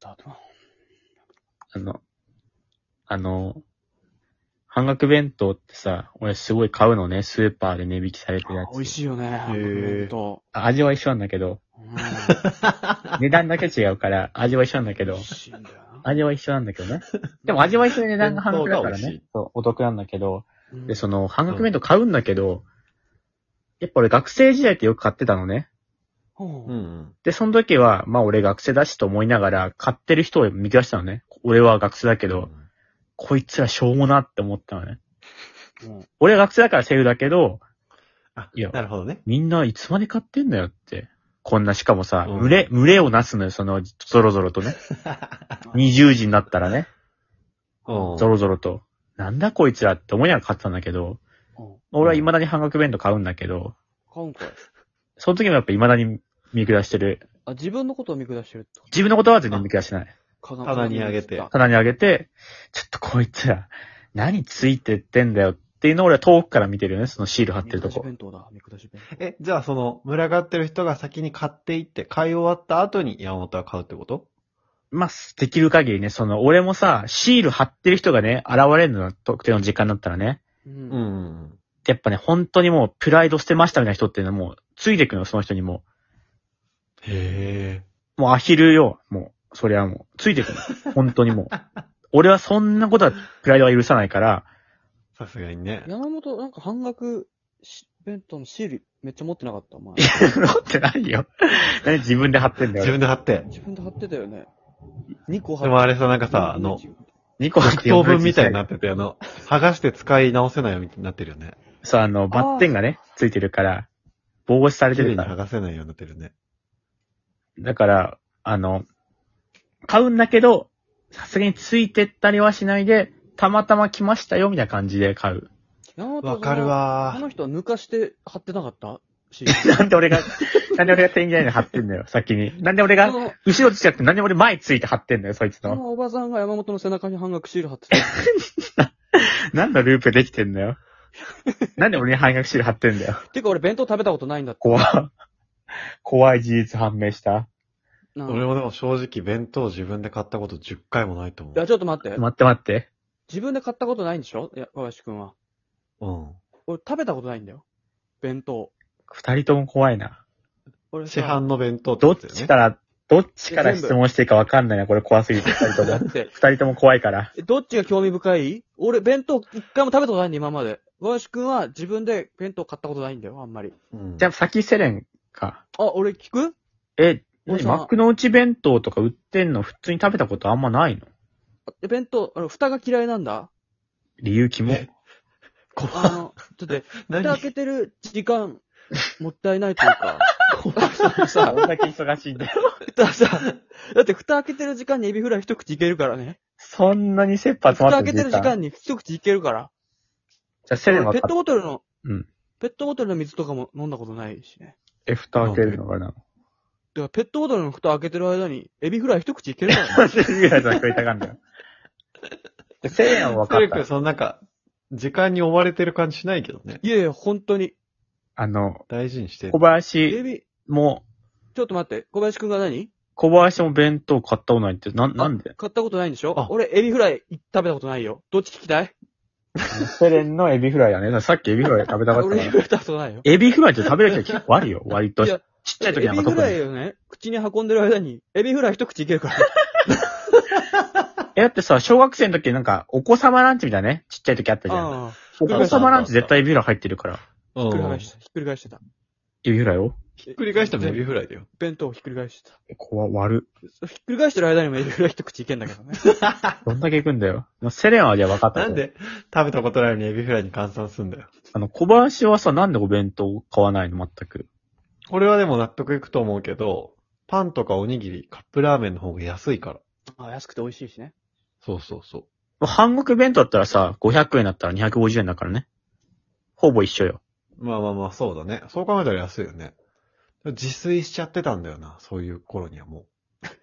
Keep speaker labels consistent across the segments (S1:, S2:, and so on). S1: だと。
S2: あの、あの、半額弁当ってさ、俺すごい買うのね、スーパーで値引きされてるや
S1: あ
S2: つ。
S1: 美味しいよね、ハンバーグ弁当。
S2: あ味は一緒なんだけど、
S1: うん
S2: 値段だけ違うから、味は一緒なんだけ
S1: 美
S2: ど
S1: 味、しいんだよな。
S2: 味は一緒なんだけどね。でも味は一緒で値段が半額だから
S3: 弁当が美味
S2: ね。そう、お得なんだけど、
S1: うん
S2: で、その、半額弁当買うんだけど、やっぱ俺学生時代ってよく買ってたのね。
S1: うん
S3: うんうん。
S2: で、その時は、まあ俺学生だしと思いながら、買ってる人を見下したのね。俺は学生だけど、こいつらしょうもなって思ったのね。
S1: うん
S2: 俺は学生だからセーフだけど、
S3: あ、
S2: いや
S3: なるほどね。
S2: みんないつまで買ってんだよって。こんな、しかもさ、
S3: うん
S2: 群れ、群れをなすのよ、その、ゾロゾロと ね。20時になったらね、
S3: うん
S2: ゾロゾロと。なんだこいつらって思いながら買ってたんだけど、
S1: うん
S2: 俺は未だに半額弁当買うんだけど、
S1: 今回。
S2: その時もやっぱ未だに見下してる。
S1: あ、自分のことを見下してるってこ
S2: 自分のことは全然見下してない。
S1: と
S3: あ棚にあげて
S1: あ
S2: 棚にあげて、ちょっとこいつら、何ついてってんだよっていうのを俺は遠くから見てるよね、そのシール貼っ
S1: 見
S2: てる
S1: 下
S2: と
S1: し
S2: こ。
S1: 弁当だ、見下し弁
S3: え、じゃあその、群がってる人が先に買っていって、買い終わった後に山本は買うってこと
S2: まあ、できる限りね、その、俺もさ、シール貼ってる人がね、現れるのよ、特定の時間だったらね。
S1: 当。う。
S3: うんん。
S2: やっぱね、本当にもう、プライド捨てましたみたいな人っていうのはもう、ついてくのよ、その人にも
S3: へえ。
S2: う。もうアヒルよ、もう、それはもう、ついてくの。本当にもう。俺はそんなことは、プライドは許さないから、
S3: さすがにね。
S1: 山本、なんか半額し弁当のシールめっちゃ持ってなかった、お前。
S2: 持ってないよ。何自分で貼ってんだ
S3: 自
S2: よ。
S3: 分で貼って。
S1: 自分で貼ってたよね。2個貼
S3: でもあれさ、なんかさ、あの、
S2: 2個貼って
S3: 糖分みたいになってて、あの、剥がして使い直せないようになってるよね。
S2: そう、あの、バッテンがね、ついてるから、防止されて
S3: 綺
S2: る
S3: 麗に
S2: か
S3: 剥
S2: ら。
S3: がせないようになってるね。
S2: だから、あの、買うんだけど、さすがについてったりはしないで、たまたま来ましたよ、みたいな感じで買う。
S1: 山本
S3: わかる。
S1: そのあ
S3: わ
S1: の人は抜かして貼ってなかったシー
S2: なんで俺が、なんで俺が店員じゃないの貼ってんだよ、先に。なんで俺
S1: ル。そ
S2: が、
S1: の、
S2: 後ろつっちゃって、なんで俺前ついて貼ってんだよ、そいつ
S1: そ
S2: の。
S1: のおばさんが山本の背中に半額シール貼ってた。
S2: なんのループできてんだよ。なんで俺に半額シール貼ってんだよ。
S1: てか俺弁当食べたことないんだって。
S2: 怖い。怖い事実判明した。
S1: な
S3: 俺もでも正直弁当自分で買ったこと10回もないと思
S1: いや、ちょっと待って。
S2: 待って待って。
S1: 自分で買ったことないんでしょいや、小林くんは。
S3: う。うん。
S1: 俺食べたことないんだよ。弁当。
S2: 二人とも怖いな。
S1: 俺さ
S3: 市販の弁当って
S2: ど
S3: こ
S2: っ
S3: とだよね
S2: ちから、どっちから質問していいかわかんないな、これ怖すぎて、二人と
S1: だ
S2: も。
S1: って、
S2: 二人とも怖いから。
S1: えどっちが興味深い俺弁当一回も食べたことないんで、今まで。小林くんは自分で弁当買ったことないんだよ、あんまり。
S3: うん
S2: じゃあ先セレンか。
S1: あ、俺聞く
S2: え、
S1: おじさん
S2: 幕の内弁当とか売ってんの普通に食べたことあんまないの
S1: え弁当、あの、蓋が嫌いなんだ。
S2: 理由キモ。
S3: え怖
S1: あ の、ちょっとね、蓋開
S3: 何
S1: けてる時間、もったいないという か。
S2: さあ、 どんだけ忙しいんだよ。
S1: ださ、だって蓋開けてる時間にエビフライ一口いけるからね。
S2: そんなに切羽
S1: 蓋
S2: 詰まっ
S1: 開
S2: て
S1: け
S2: る
S1: てる時間に一口いけるから。
S2: じゃあセレンは
S1: ペットボトルの、
S2: うん
S1: ペットボトルの水とかも飲んだことないしね。
S2: え、蓋開けるのかな
S1: だからペットボトルの蓋開けてる間に、エビフライ一口いけるから ね。
S2: マジでぐらいは食いたがんだよ。じゃあセレンは分
S3: セレ
S2: か
S3: ク
S2: った。
S3: そのなんか、時間に追われてる感じしないけどね。
S1: いやいや、本当に。
S2: あの、
S3: 大事にして
S2: 小
S3: る。
S1: エ
S2: 林
S1: ビ、
S2: も、
S1: ちょっと待って、小林くんが何
S2: 小林も弁当買ったことないって、な、なんで
S1: 買ったことないんでし
S3: あ
S1: ょ俺、エビフライ食べたことないよ。どっち聞きたい
S2: セレンのエビフライだね。さっきエビフライ食べたかったか
S1: 俺、エビフ
S2: ら
S1: ライ食べたことないよ。
S2: エビフライって食べる人結構あるよ、割と。
S1: い
S2: ち
S1: や
S2: っちゃい時なんか
S1: エビフ
S2: 特
S1: ラ
S2: に。
S1: イをね、口に運んでる間に、エビフライ一口いけるから。
S2: え、だってさ、小学生の時なんか、お子様ランチみたいなね、ちっちゃい時あったじゃん。
S1: ああ、
S2: お子様ランチ絶対エビフライ入ってるから。
S3: う
S1: ひっくり
S3: ん
S1: 返してた。ひっくり返してた。
S2: エビフライを
S3: ひっくり返してもエビフライだよ。
S1: 弁当をひっくり返してた。
S2: 怖割る。
S1: ひっくり返してる間にもエビフライ一口いけんだけ どね。
S2: どんだけ行くんだよ。セレンはじゃあ分かった。
S3: なんで食べたことないのにエビフライに換算すんだよ。
S2: あの、小林はさ、なんでお弁当買わないの、全く。
S3: これはでも納得いくと思うけど、パンとかおにぎり、カップラーメンの方が安いから。
S1: あ安くて美味しいしね。
S3: そうそうそう。
S2: 半額弁当だったらさ、500円だったら250円だからね。ほぼ一緒よ。
S3: まあまあまあ、そうだね。そう考えたら安いよね。自炊しちゃってたんだよな、そういう頃にはも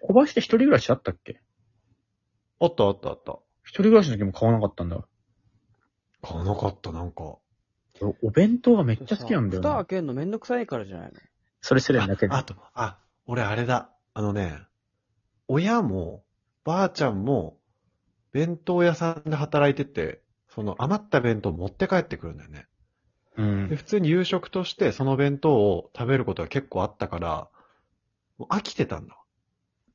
S2: 小林って一人暮らしあったっけ
S3: う。あったあったあった。
S2: 一人暮らしの時も買わなかったんだ。
S3: 買わなかった、なんか。
S2: 俺お弁当がめっちゃ好きなんだよ
S1: 蓋
S2: な
S1: 開。けんのめんどくさいからじゃないの
S2: それセレンだけで
S3: あ。あと、あ、俺あれだ。あのね、親もばあちゃんも、弁当屋さんで働いてて、その余った弁当を持って帰ってくるんだよね。
S2: う
S3: で、
S2: ん。
S3: 普通に夕食としてその弁当を食べることが結構あったから、もう飽きてたんだわ。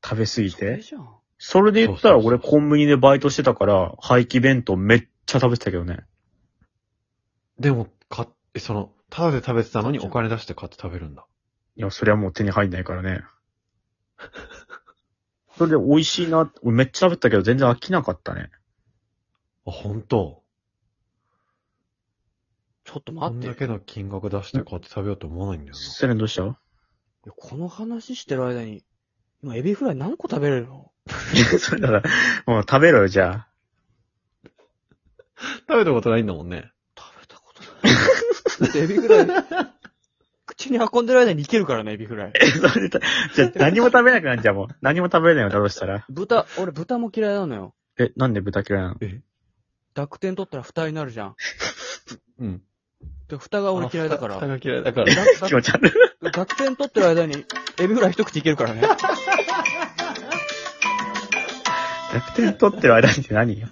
S2: 食べ過ぎ
S1: それ
S2: て。
S1: じゃん。
S2: それで言ったら
S3: そうそうそ
S2: 俺
S3: う
S2: コンビニでバイトしてたから、廃棄弁当めっちゃ食べてたけどね。
S3: でも、か、えその、ただで食べてたのに
S1: 買っ
S3: お
S1: ちゃ
S3: 金出して買って食べるんだ。
S2: いや、それはもう手に入んないから ね。それで美味しいな、俺めっちゃ食べたけど全然飽きなかったね。
S3: あ、本当
S1: ちょっと
S3: こ
S1: 待
S3: ん
S1: って。
S3: だけの金額出して買って 食べようと思わないんだよ
S2: セレンどうした
S1: いやこの話してる間に、今エビフライ何個食べれるの
S2: それなら、もう食べろよ、じゃあ。
S3: な。食べたことないんだもんね。
S1: 食べたこと ない。だってエビフライ、口に運んでる間にいけるからね、エビフライ。
S2: え、それだ、じゃあ何も食べなくなっちゃうもん。何も食べれないよ、だとしたら。
S1: 豚、俺豚も嫌いなのよ。
S2: え、なんで豚嫌いなの
S1: 濁点取ったら蓋になるじゃん。
S3: うん。
S1: で、蓋が俺嫌いだか
S3: あ
S1: ら。
S3: 蓋
S1: だ
S3: が嫌いだから。
S1: だ
S2: 気持ち悪い。
S1: 濁点取ってる間に、エビフライ一口いけるからね。
S2: 逆転取ってる間にって何よ。